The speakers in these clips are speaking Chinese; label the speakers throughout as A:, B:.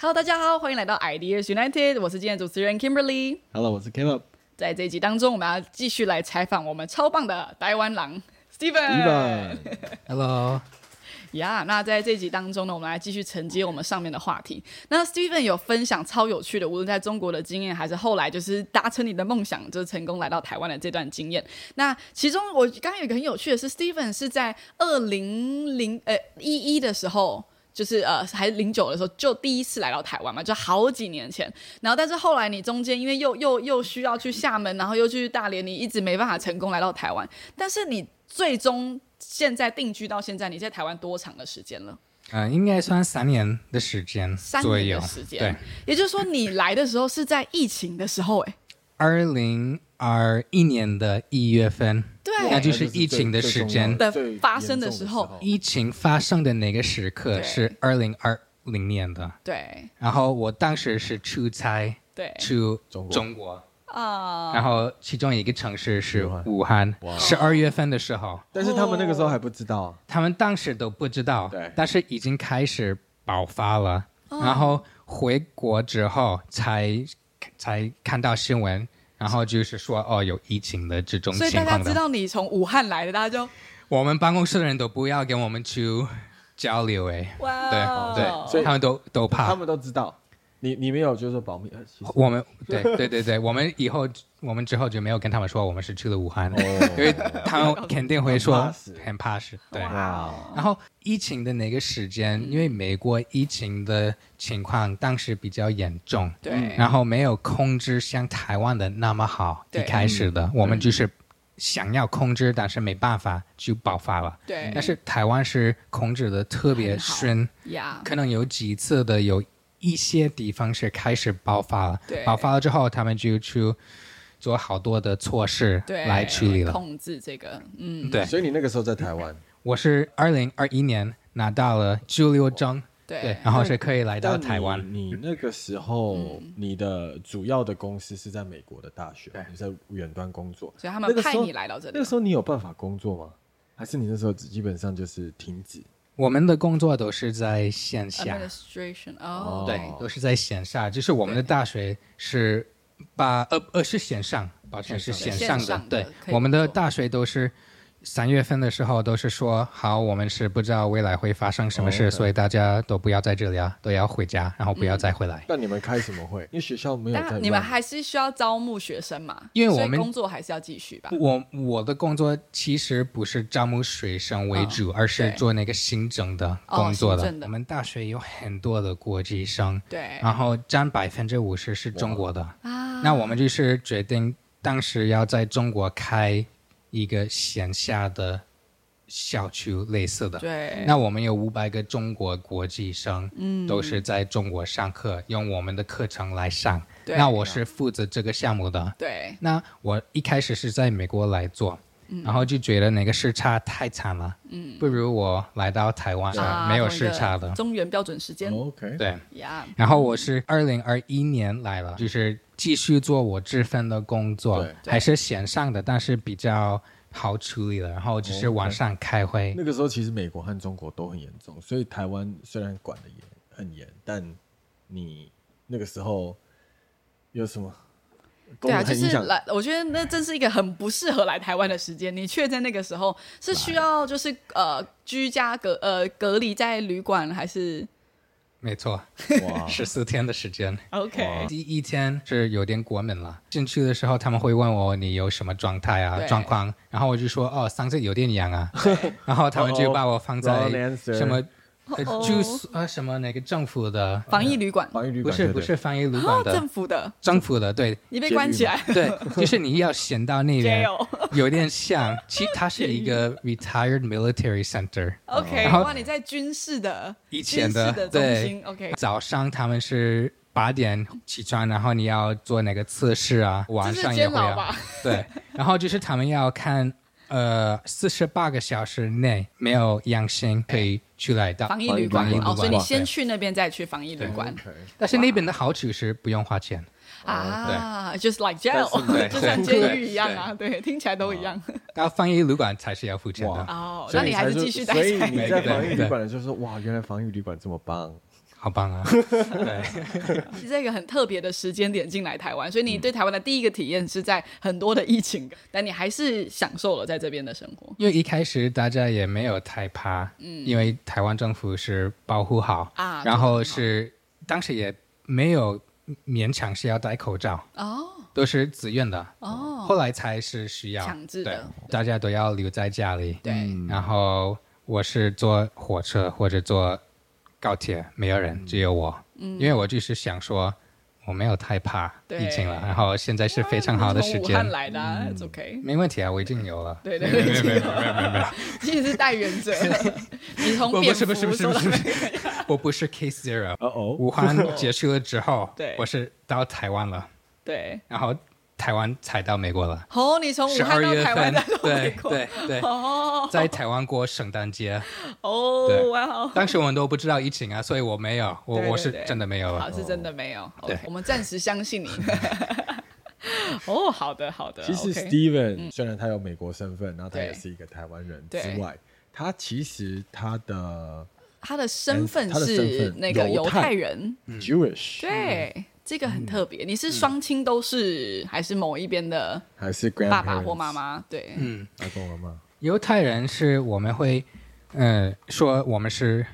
A: Hello，大家好，欢迎来到 Ideas United，我是今天的主持人 Kimberly。
B: Hello，我是 Caleb。
A: 在这一集当中，我们要继续来采访我们超棒的台湾狼 Steven。
B: Steven
C: Hello，
A: 呀那在这一集当中呢，我们来继续承接我们上面的话题。那 Steven 有分享超有趣的，无论在中国的经验，还是后来就是达成你的梦想，就是成功来到台湾的这段经验。那其中我刚刚有一个很有趣的是，Steven 是在二零零呃一一的时候。就是呃，还是零九的时候，就第一次来到台湾嘛，就好几年前。然后，但是后来你中间因为又又又需要去厦门，然后又去大连，你一直没办法成功来到台湾。但是你最终现在定居到现在，你在台湾多长的时间了？
C: 嗯、应该算三年的时间
A: 三
C: 左
A: 年
C: 右
A: 的时间。
C: 对，，
A: 也就是说你来的时候是在疫情的时候、哎，
C: 二零二一年的一月份，
A: 对
C: 那就是疫情的时间。
A: 的发生的时候
C: 疫情发生的那个时刻
A: 对
C: 是二零二零年的，
A: 对
C: 然后我当时是出差
A: 对
C: 去
B: 中国
C: 中国，
A: 啊、
C: 然后其中一个城市是
B: 武汉
C: 武汉，十二月份的时候，
B: 但是他们那个时候还不知道啊，
C: 他们当时都不知道
B: 对，
C: 但是已经开始爆发了。
A: 哦
C: 然后回国之后才才看到新闻，然后就是说哦有疫情的这种
A: 所以大
C: 情
A: 家
C: 况
A: 知
C: 的。
A: 道你从武汉来的，大家就
C: 我们办公室的人都不要跟我们去交流哎，对
A: 哇，哦
C: 对，
B: 所以
C: 他们都都
B: 他
C: 怕。
B: 们都知道。你你没有就是说保密，呃其实
C: 我们对对对对，我们以后我们之后就没有跟他们说我们是去了武汉，因为他们肯定会
B: 哦很怕
C: 说
B: 死
C: 很怕死。对，
B: 哇，
C: 然后疫情的那个时间，
A: 嗯
C: 因为美国疫情的情况当时比较严重，
A: 对
C: 然后没有控制像台湾的那么好，一
A: 对嗯
C: 开始的我们就是想要控制，但是没办法就爆发了。
A: 对
C: 但是台湾是控制的特别
A: 很好
C: 顺，
A: 呀，
C: 可能有几次的有一些地方是开始爆发了
A: 对，
C: 爆发了之后他们就去做好多的措施
A: 对，
C: 来处理了。
A: 控制这个，嗯，
C: 对，
B: 所以你那个时候在台湾，
C: 我是二零二一年拿到了居留证，
A: 对
C: 对，然后是可以来到
B: 但你
C: 台湾。
B: 你那个时候
A: 嗯
B: 你的主要的公司是在美国的大学
C: 对，
B: 你在远端工作，
A: 所以他
B: 那
A: 们
B: 个时
A: 派
B: 候
A: 你来到这里啊
B: 那个时候你有办法工作吗？还是你那时候只基本上就是停 止？
C: 我们的工作都是在线下，
A: administration 哦，
C: 对
B: 哦，
C: 都是在线下。就是我们的大学是把呃呃是线上，抱歉是线
A: 线
C: 上的
A: 上。的
C: 对
A: 可以，工
C: 我们
A: 作
C: 的大学都是三月份的时候都是说好，我们是不知道未来会发生什么事，
B: 哦，OK
C: 所以大家都不要在这里啊，都要回家，然后
A: 嗯
C: 不要再回来。
B: 那你们开什么会？因为学校没有在
A: 但你们
B: 乱
A: 还是需要招募学生嘛？
C: 因为我
A: 所以
C: 们
A: 工作还是要继续吧。
C: 我我的工作其实不是招募学生为主，而是
A: 嗯对
C: 做那个行政的工作
A: 哦
C: 的。
A: 行政的
C: 我们大学有很多的国际生，
A: 对
C: 然后占百分之五十是中国的。
A: 啊，
C: 啊那我们就是决定当时要在中国开一个线下的校区类似的。
A: 对，
C: 那我们有五百个中国国际生，嗯，都是在中国上课，用我们的课程来上。
A: 对
C: 那我是负责这个项目的，
A: 对
C: 那我一开始是在美国来做，
A: 嗯
C: 然后就觉得那个时差太惨了，嗯，不如我来到台湾，
A: 啊
C: 没有
A: 同一个
C: 时差的，嗯
A: 中原标准时间
B: 哦 OK，
C: 对。
A: 呀，
C: 然后我是二零二一年来了，就是继续做我志分的工作
B: 对，
C: 还是线上的，但是比较好处理了。然后只是晚上开会，
B: 那个时候其实美国和中国都很严重，所以台湾虽然管的严很严，但你那个时候有什么？
A: 对啊，
B: 都
A: 就
B: 很影
A: 是
B: 响
A: 来，我觉得那真是一个很不适合来台湾的时间。你却在那个时候是需要就是呃居家隔呃隔离在旅馆还是
C: 没错，
B: 哇，
C: 十四天的时间。
A: OK？
C: 第一天是有点过敏了，进去的时候他们会问我你有什么状态啊
A: 对
C: 状况，然后我就说哦嗓子有点 痒啊，然后他们就把我放在
B: Wrong answer
C: 什么呃
A: 哦
C: 住宿啊什么那个政府的，
A: 防疫旅馆
B: 防御旅
C: 不
B: 馆
C: 是
B: 对
C: 不
B: 对
C: 是防疫旅馆
A: 哦，
C: 的
A: 政府的，
C: 政府的对
A: 你被关起 来
C: 对，就是你要先到 那边
A: Jail，
C: 有 点像，其实它是一个 retired military center。
A: OK，
C: 然后
A: 哇，你在军事的
C: 以前
A: 军
C: 的
A: 事的中
C: 对
A: 心 OK，
C: 早上他们是八点起床，然后你要做那个测试啊，晚上也
A: 监
C: 会
A: 牢
C: 啊
A: 吧，
C: 对，然后就是他们要看呃四十八个小时内没有阳性可以出来的
A: 防疫旅
B: 防
A: 馆
B: 疫旅
A: 哦，
B: 馆
A: 所以你
C: 对
A: 先去那边再去防疫旅馆。
B: OK，
C: 但是那边的好处是不用花钱，
A: 啊，just like jail，
C: 哦 对
A: 就像监
C: 对
A: 狱
C: 对
A: 一样啊，对，听起来都一样。
C: 到翻译旅馆才是要付钱的
B: 哇，
A: 哦，
B: 所
A: 那
B: 以
A: 你还是
B: 才
A: 继续待
B: 所以你
A: 在。
B: 在
C: 对
B: 防疫
C: 对
B: 旅馆的时候说，哇，原来防疫旅馆这么 棒，
C: 好棒啊！对，
A: 是在一个很特别的时间点进来台湾，所以
C: 嗯
A: 你对台湾的第一个体验是在很多的疫情，但你还是享受了在这边的生活
C: 因为一开始大家也没有太怕，因为台湾政府是保护好，
A: 嗯啊
C: 然后是当时也没有勉强是要戴口罩，
A: 哦
C: 都是自愿的，
A: 哦，
C: 后来才是需要
A: 强制的
C: 对大家都要留在家里。
A: 对嗯
C: 然后我是坐火车或者坐高铁，没有人，只有我，因为我就是想说。我没有太怕
A: 嗯对
C: 疫情了，然后现在是非常好的时
A: 从武
C: 间嗯
A: 汉，来的啊，it's OK。
C: 没问题啊，我已经有了。
A: 对对
C: 没
A: 对，
C: 有没有没有没有
A: 其实是带原 则，你从
C: 不
A: 蝙蝠
C: 不是不是不是
A: 说
C: 不
A: 到，
C: 是，我不是 Case Zero。
B: 哦哦，
C: 武汉结束了之后
A: 对
C: 我是到台湾了，
A: 对，
C: 然后台湾才到美国了。
A: 哦，你从武
C: 十
A: 汉
C: 二
A: 到
C: 月
A: 台
C: 份
A: 湾再，到美
C: 对
A: 国，
C: 对 对，
A: 哦
C: 在台湾过圣诞节，
A: 哦，
C: 对
A: 哇哦。
C: 当时我们都不知道疫情啊，所以我没有，我
A: 对对
C: 我是
A: 对
C: 真的没有
A: 好，
C: 了。
A: 是真的没有。
C: 对
A: OK，我们暂时相 信你。哦，好的，好的。
B: 其实
A: OK 嗯
B: Steven 虽然他有美国身份，然后他也
A: 对
B: 是一个台湾人
A: 对
B: 之外，他其实他的
A: 他的身份
B: 他的身
A: 是
B: 份
A: 那个
B: 犹
A: 犹
B: 太
A: 太人，
C: 嗯
B: Jewish
A: 对，这个很特别。你是双亲都是，还是某一边的
B: 还是
A: 爸爸或妈
B: grandparents，
A: 妈？对，
C: 嗯，
B: 阿公阿妈，
C: 犹太人是我们会，呃，说我们是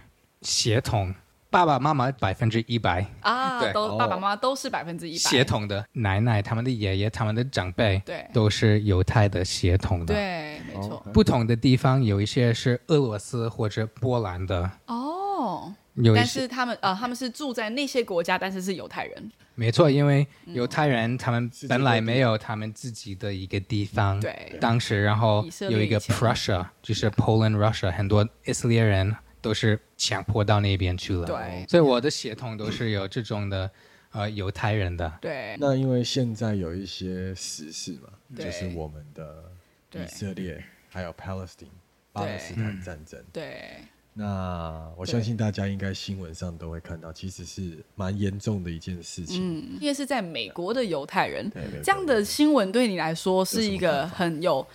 C: 协同，爸爸妈妈百分之一百
A: 啊，
C: 对
A: 都
B: 哦
A: 爸爸妈妈都是百分之一
C: 协
A: 百，
C: 同的，奶奶、他们的爷爷、他们的长辈，
A: 对
C: 都是犹太的协同的。
A: 对，没错。
B: 哦
C: 不同的地方有一些是俄罗斯或者波兰的，
A: 哦，
C: 有一
A: 但
C: 些
A: 是他们呃，他们是住在那些国家，但是是犹太人，
C: 没错，因为
A: 嗯
C: 犹太人他们
B: 界
C: 本
B: 各
C: 来
B: 地
C: 没有他们自己的一个地方，
A: 对
C: 当时然后
A: 以色列
C: 有一个
A: 以前
C: Prussia，就是 Poland Russia，很多以色列人都是强迫到那边去了，
A: 对
C: 所以我的血统都是有这种的，呃，犹太人的，
A: 对
B: 那因为现在有一些时事嘛，
A: 对
B: 就是我们的
A: 对
B: 以色列还有 Palestine 巴勒斯坦战争。
A: 对
B: 那我相信大家应该新闻上都会看到，其实是蛮严重的一件事情。
A: 嗯，因为是在美国的犹太人
B: 对美国，
A: 这样的新闻对你来说是一个很有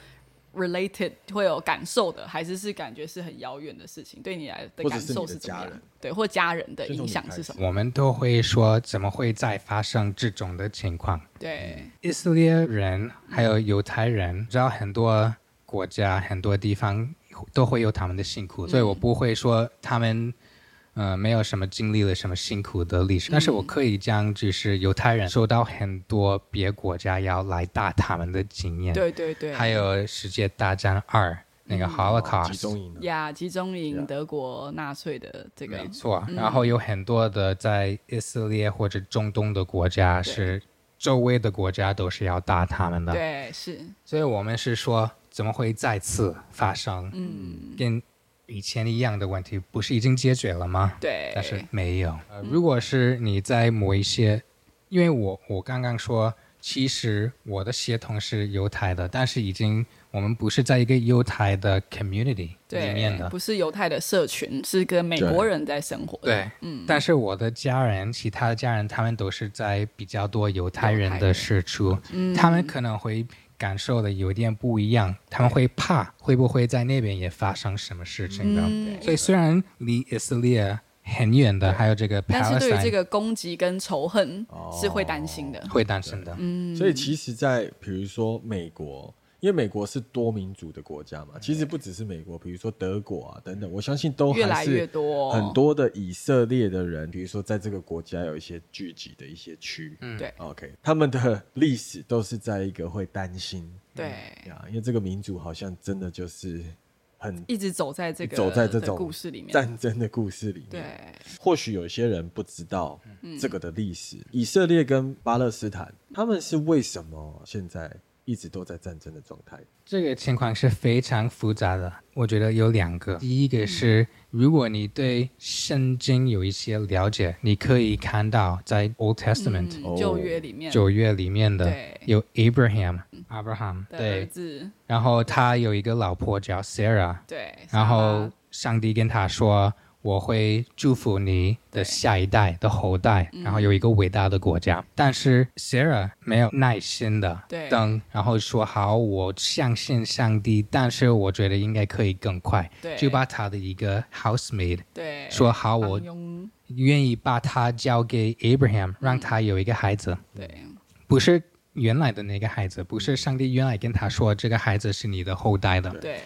A: related 会有感受的，还是是感觉是很遥远的事情？对你来的
B: 或者
A: 感
B: 是你的
A: 受是怎么
B: 家
A: 样
B: 人？
A: 对，或家人的
B: 先从
A: 影
B: 你
A: 响
B: 开
A: 是
B: 始
A: 什么？
C: 我们都会说怎么会再发生这种的情况？
A: 对
C: 以色列人还有犹太人，知道很多国家、很多地方都会有他们的辛苦，所以
A: 嗯
C: 我不会说他们呃没有什么经历了什么辛苦的历史，但是
A: 嗯
C: 我可以将就是犹太人受到很多别国家要来打他们的经
B: 嗯
C: 验，
A: 对嗯对对，
C: 还有世界大战二那个 Holocaust，、
B: 集中营啊
A: 呀，集中营
B: Yeah
A: 德国纳粹的这个
B: 啊
C: 没错，
A: 嗯
C: 然后有很多的在以色列或者中东的国家是周围的国家都是要打他们的，
A: 对是
C: 所以我们是说，怎么会再次发生？嗯，跟以前一样的问题，不是已经解决了吗？
A: 对，嗯
C: 但是没有。呃如果是你在某一些，因为我我刚刚说，其实我的血统是犹太的，但是已经我们不是在一个犹太的 community 里面
A: 对
C: 的，
A: 不是犹太的社群，是跟美
B: 对
A: 国人在生活的。
C: 对，嗯，但是我的家人，其他的家人，他们都是在比较多犹太人的社区，
A: 嗯
C: 他们可能会感受的有点不一样，他们会怕会不会在那边也发生什么事情的，
A: 嗯
C: 所以虽然离以色列很远的，还有这个
A: 但是对于
C: Palestine
A: 这个攻击跟仇恨是会担心的。
B: 哦
C: 会担心的，
A: 嗯
B: 所以其实，在比如说美国，因为美国是多民族的国家嘛，其实不只是美国，比如说德国啊等等，我相信都
A: 越来
B: 还是
A: 越多
B: 很多的以色列的人，比如说在这个国家有一些聚集的一些区，嗯
A: 对
B: ，OK，他们的历史都是在一个会担心
A: 对，
B: 呀，因为这个民族好像真的就是很
A: 一直走在这个
B: 走在这
A: 的
B: 种
A: 故事里面。
B: 战争的故事里面，
A: 对，
B: 或许有些人不知道这个的历史，以色列跟巴勒斯坦，他们是为什么现在一直都在战争的状态？
C: 这个情况是非常复杂的，我觉得有两个。第一
A: 嗯
C: 个是，如果你对圣经有一些了解，你可以看到在 Old Testament、
A: 嗯
B: 哦
A: 旧约里面
C: 九月里面的
A: 对
C: 有 Abraham，Abraham
A: 的儿
C: 对，
A: 子，
C: 然后他有一个老婆叫 Sarah，
A: 对，
C: 然
A: 撒拉
C: 后上帝跟他说：“我会祝福你的下一代的后代，
A: 嗯
C: 然后有一个伟大的国家。但是 Sarah 没有耐心的
A: 对
C: 等，然后说好，我相信上帝，但是我觉得应该可以更快，
A: 对
C: 就把他的一个 housemaid
A: 对，
C: 说好，
A: 帮
C: 我
A: 佣
C: 愿意把他交给 Abraham，让
A: 嗯
C: 他有一个孩子。
A: 对
B: 嗯
C: 不是原来的那个孩子，不是上帝原来跟他说这个孩子是你的后代的。
A: 对，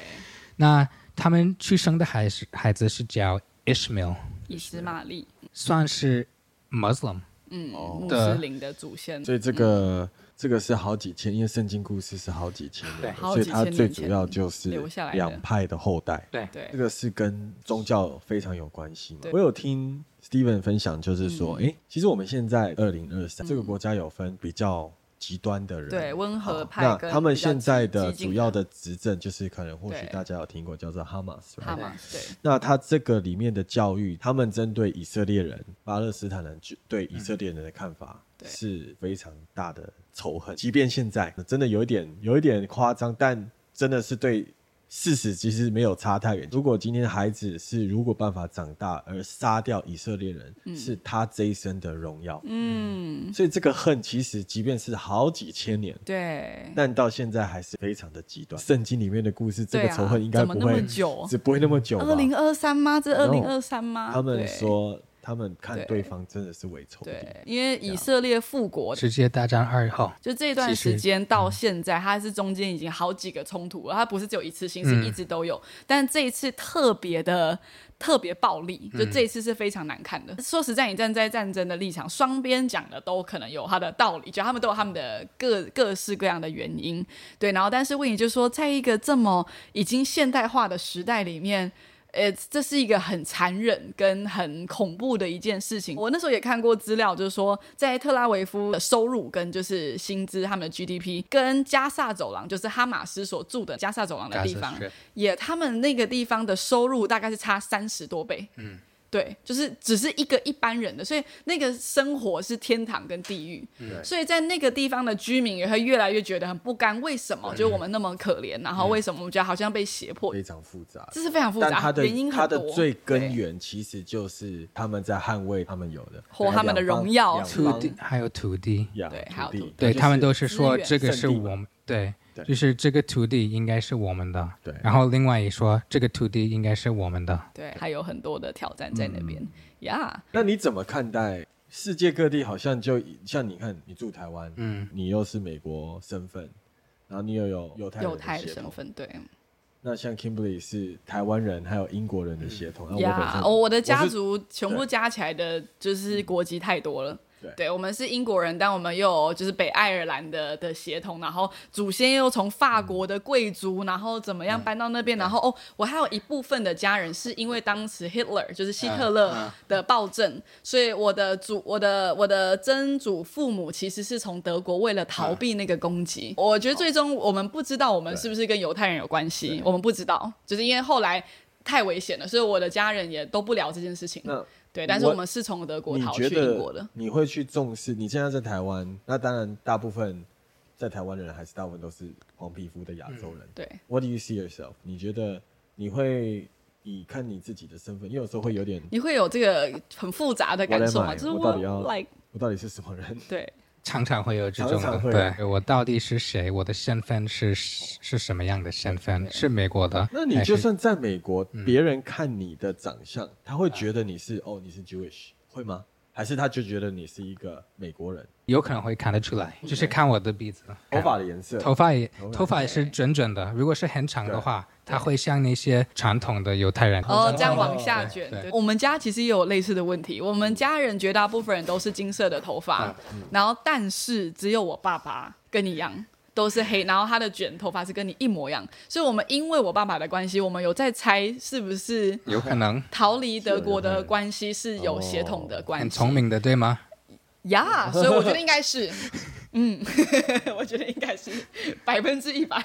C: 那他们去生的孩子孩子是叫 Ishmael，
A: 以斯玛利，
C: 算是 Muslim。
A: 嗯，
B: 哦
A: 穆
C: 的
A: 斯林的祖先，
B: 所以这个这个是好几千，因为圣经故事是好几千
C: 对
B: 年，
A: 好
B: 所以
A: 几
B: 它
A: 千
B: 最
A: 年
B: 主
A: 前
B: 要就是
A: 留下来的
B: 两派的后代。
C: 对
A: 对
B: 这个是跟宗教非常有关系嘛
A: 对？嗯
B: 我有听 Steven 分享，就是说，诶，其实我们现在二零二三这个国家有分比较极端的人，
A: 对温和
B: 好
A: 派
B: 那
A: 跟
B: 他们
A: 比较
B: 现在的
A: 激进
B: 主
A: 的
B: 要的执政就是可能或许
A: 对
B: 大家有听过叫做哈马斯，
A: 哈马斯，
B: 那他这个里面的教育，他们针对以色列人、巴勒斯坦人就对以色列人的看法
A: 嗯对
B: 是非常大的仇恨，即便现在真的有一点有一点夸张，但真的是对事实其实没有差太远。如果今天孩子是如果办法长大而杀掉以色列人，
A: 嗯
B: 是他这一生的荣耀。
A: 对，嗯，
B: 所以这个恨其实即便是好几千年。
A: 对，
B: 但到现在还是非常的极端。圣经里面的故事，这
A: 对
B: 个
A: 啊
B: 仇恨应该
A: 怎么
B: 不
A: 那
B: 会
A: 么久
B: 只不会那么久吧。
A: 二零二三吗？这二
B: 然后
A: 零二三吗？
B: 他们
A: 啊对
B: 说他们看
A: 对
B: 对方真的是为仇敌，
A: 对，因为以色列复国
C: 直接大战二号。
A: 就这段
C: 其实嗯
A: 时间到现在，它是中间已经好几个冲突了，它不是只有一次
C: 嗯
A: 性，是一直都有。但这一次特别的特别暴力，
C: 嗯
A: 就这一次是非常难看的。说实在，你站在战争的立场，双边讲的都可能有它的道理，就他们都有他们的各各式各样的原因。对，然后但是问题就是说，在一个这么已经现代化的时代里面。呃，这是一个很残忍跟很恐怖的一件事情。我那时候也看过资料，就是说在特拉维夫的收入跟就是薪资，他们的 GDP 跟加萨走廊，就是哈马斯所住的加萨走廊的地方
C: Gaza Strip，
A: 也他们那个地方的收入大概是差三十多倍。嗯。对，就是只是一个一般人的，所以那个生活是天堂跟地狱，所以在那个地方的居民也会越来越觉得很不甘，为什么？就是我们那么可怜，然后为什么我们觉得好像被胁迫
B: 非常复杂。
A: 这是非常复
B: 但
A: 杂，
B: 他的
A: 原因很
B: 他的
A: 多
B: 最根
A: 对
B: 源其实就是他们在捍卫他们有的
A: 或他们的荣耀
C: 土地还有土地，
B: 呀，
A: 对还有土地
C: 对他们都是说
A: 资源
C: 这个是
B: 圣地嘛
C: 我们对
B: 对，
C: 就是这个土地应该是我们的。
B: 对
C: 然后另外也说这个土地应该是我们的。
A: 对，还有很多的挑战在那边
B: 嗯
A: 呀。
B: 那你怎么看待世界各地？好像就像你看，你住台湾，嗯，你又是美国身份，然后你又有犹太人
A: 犹
B: 的
A: 太的
B: 血
A: 身
B: 统，
A: 份，对
B: 那像 Kimberly 是台湾人，还有英国人的血统，那我本
A: 呀
B: 身，
A: 哦我的
B: 我
A: 家
B: 是嗯
A: 族全部加起来的，就是国籍太多了。
B: 对
A: 对，我们是英国人，但我们又有就是北爱尔兰的的血统，然后祖先又从法国的贵族，然后怎么样搬到那边，然后哦，我还有一部分的家人是因为当时 Hitler 就是希特勒的暴政，所以我的祖我的我的曾祖父母其实是从德国为了逃避那个攻击，我觉得最终我们不知道我们是不是跟犹太人有关系，我们不知道，就是因为后来。太危险了，所以我的家人也都不聊这件事情。
B: 那
A: 对，但是
B: 我
A: 我们是从德国
B: 你
A: 逃去
B: 觉
A: 英国的
B: 得。你会去重视？你现在在台湾，那当然大部分在台湾的人还是大部分都是黄皮肤的亚洲人。
A: 对，
B: What do you see yourself？你觉得你会以看你自己的身份，因为有时候会有点
A: 你会有这个很复杂的感受
B: What am
A: 吗？
B: I？
A: 就是
B: 我到底要
A: like
B: 我到底是什么人？
A: 对
C: 常常会有这种的，
B: 常常会有
C: 对我到底是谁？我的身份是是什么样的身份？是美国的？
B: 那你
C: 还
B: 就是算在美国，别人看你的长相，他会觉得你是哦，你是 Jewish，会吗？还是他就觉得你是一个美国人，
C: 有可能会看得出来，就是看我的鼻子、
B: 头发的颜色，
C: 头发也
B: 头发
C: 头发也是卷卷的。如果是很长的话，它会像那些传统的犹太人。
A: 哦，这样往下卷。
C: 对
A: 对我们家其实也有类似的问题，我们家人绝大部分人都是金色的头发，
C: 嗯
A: 然后但是只有我爸爸跟你一样。都是黑，然后他的卷头发是跟你一模一样，所以我们因为我爸爸的关系，我们有在猜是不是
C: 有可能
A: 逃离德国的关系是有血统的关系。
C: 哦很聪明的，对吗？
A: 呀所以我觉得应该是，嗯，我 觉得应该是百分之 一百。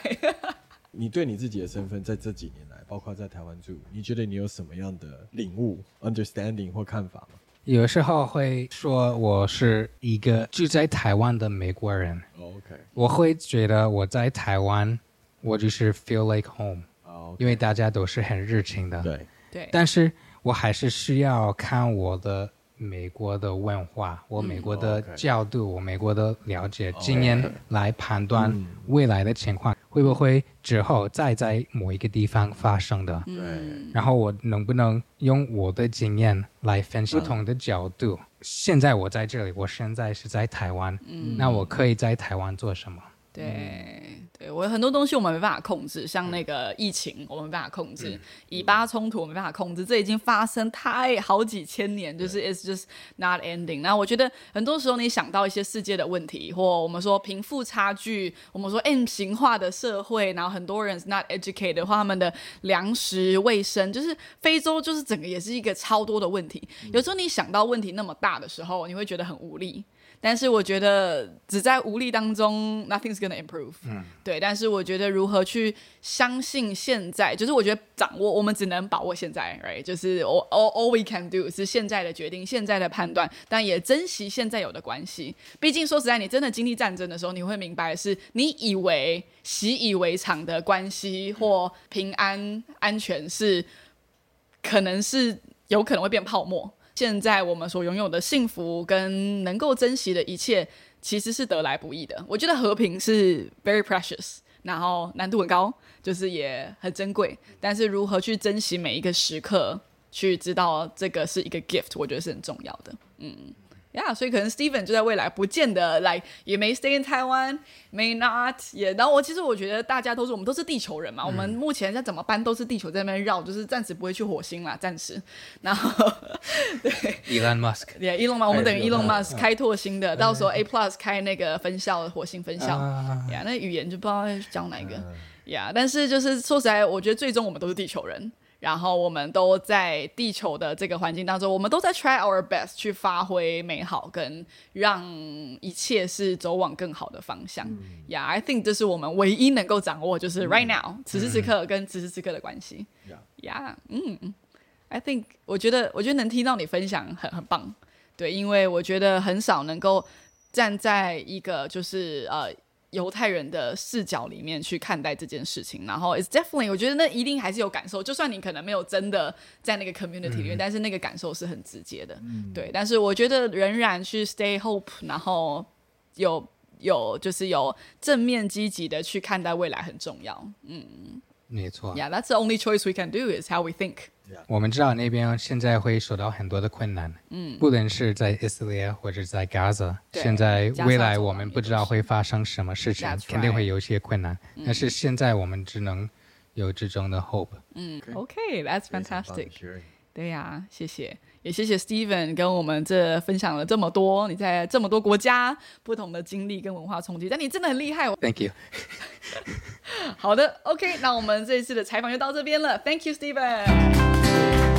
B: 你对你自己的身份，在这几年来，包括在台湾住，你觉得你有什么样的领悟、understanding 或看法吗？
C: 有时候会说我是一个住在台湾的美国人，
B: 哦 OK，
C: 我会觉得我在台湾，我就是 feel like home，
B: 好，
C: 因为大家都是很热情的。
B: 对，
A: 对，
C: 但是我还是需要看我的美国的文化，我美国的
B: OK
C: 教度，我美国的了解
B: OK
C: 经验来判断
B: 嗯
C: 未来的情况会不会之后再在某一个地方发生的。
B: 嗯对
C: 然后我能不能用我的经验来分析不同的角度？现在我在这里，我现在是在台湾，
A: 嗯
C: 那我可以在台湾做什么？
A: 对，对我有很多东西我们没办法控制，像那个疫情我们没办法控制，以巴冲突我们没办法控制，这已经发生太好几千年，就是 it's just not ending。那我觉得很多时候你想到一些世界的问题，或我们说贫富差距，我们说 M 型化的社会，然后很多人是 not educated 的话，他们的粮食卫生，就是非洲就是整个也是一个超多的问题。有时候你想到问题那么大的时候，你会觉得很无力，但是我觉得只在无力当中，nothing's gonna improve。嗯，对。但是我觉得如何去相信现在，就是我觉得掌握，我们只能把握现在，right？就是 all all all we can do 是现在的决定，现在的判断，但也珍惜现在有的关系。毕竟说实在，你真的经历战争的时候，你会明白的是你以为习以为常的关系或平安安全是可能是有可能会变泡沫。现在我们所拥有的幸福跟能够珍惜的一切，其实是得来不易的。我觉得和平是 very precious，然后难度很高，就是也很珍贵。但是如何去珍惜每一个时刻，去知道这个是一个 gift，我觉得是很重要的。嗯，Yeah，所以可能 Steven 就在未来不见得来，也没 stay in 台湾，may not 也。然后我其实我觉得大家都是我们都是地球人
C: 嗯
A: 嘛，我们目前在怎么搬都是地球在那边绕，就是暂时不会去火星啦，暂时。然后
C: Elon Musk，
A: 也 Elon Musk，我们等于
C: 哎
A: Elon
C: 有
A: Musk 开拓新的，到时候 A Plus 开那个分校，火星分校，
C: 嗯啊
A: 呀，那语言就不知道要讲哪一个呀。但是就是说实在，我觉得最终我们都是地球人，然后我们都在地球的这个环境当中，我们都在 try our best 去发挥美好，跟让一切是走往更好的方向。呀，I think 这是我们唯一能够掌握，就是 right now 此时此刻跟此时此刻的关系。呀，嗯，I think 我觉得，我觉得能听到你分享很很棒，对，因为我觉得很少能够站在一个就是呃犹太人的视角里面去看待这件事情，然后 it's definitely 我觉得那一定还是有感受，就算你可能没有真的在那个 community 里面，但是那个感受是很直接的，对，但是我觉得仍然去 stay hope，然后有。有就是有正面积极的去看待未来很重要。
C: 没错。
A: Yeah, that's the only choice we can do is how we think.
C: 我们知道那边现在会受到很多的困难，嗯，不论是在以色列或者在 Gaza，
A: 对
C: 现在
A: 加沙
C: 未
A: 走
C: 来
A: 廊
C: 我们
A: 也
C: 不知道会发生什么事情
A: That's，
C: 肯定
A: right
C: 会有一些困难，
A: 嗯
C: 但是现在我们只能有这种的 hope。
A: Okay, that's
B: 非常棒
A: fantastic.
B: 的 sharing
A: 对呀、谢谢，也谢谢 Steven 跟我们这分享了这么多，你在这么多国家不同的经历跟文化冲击，但你真的很厉害。
C: Thank you，
A: 好的，OK，那我们这一次的采访就到这边了，Thank you，Steven。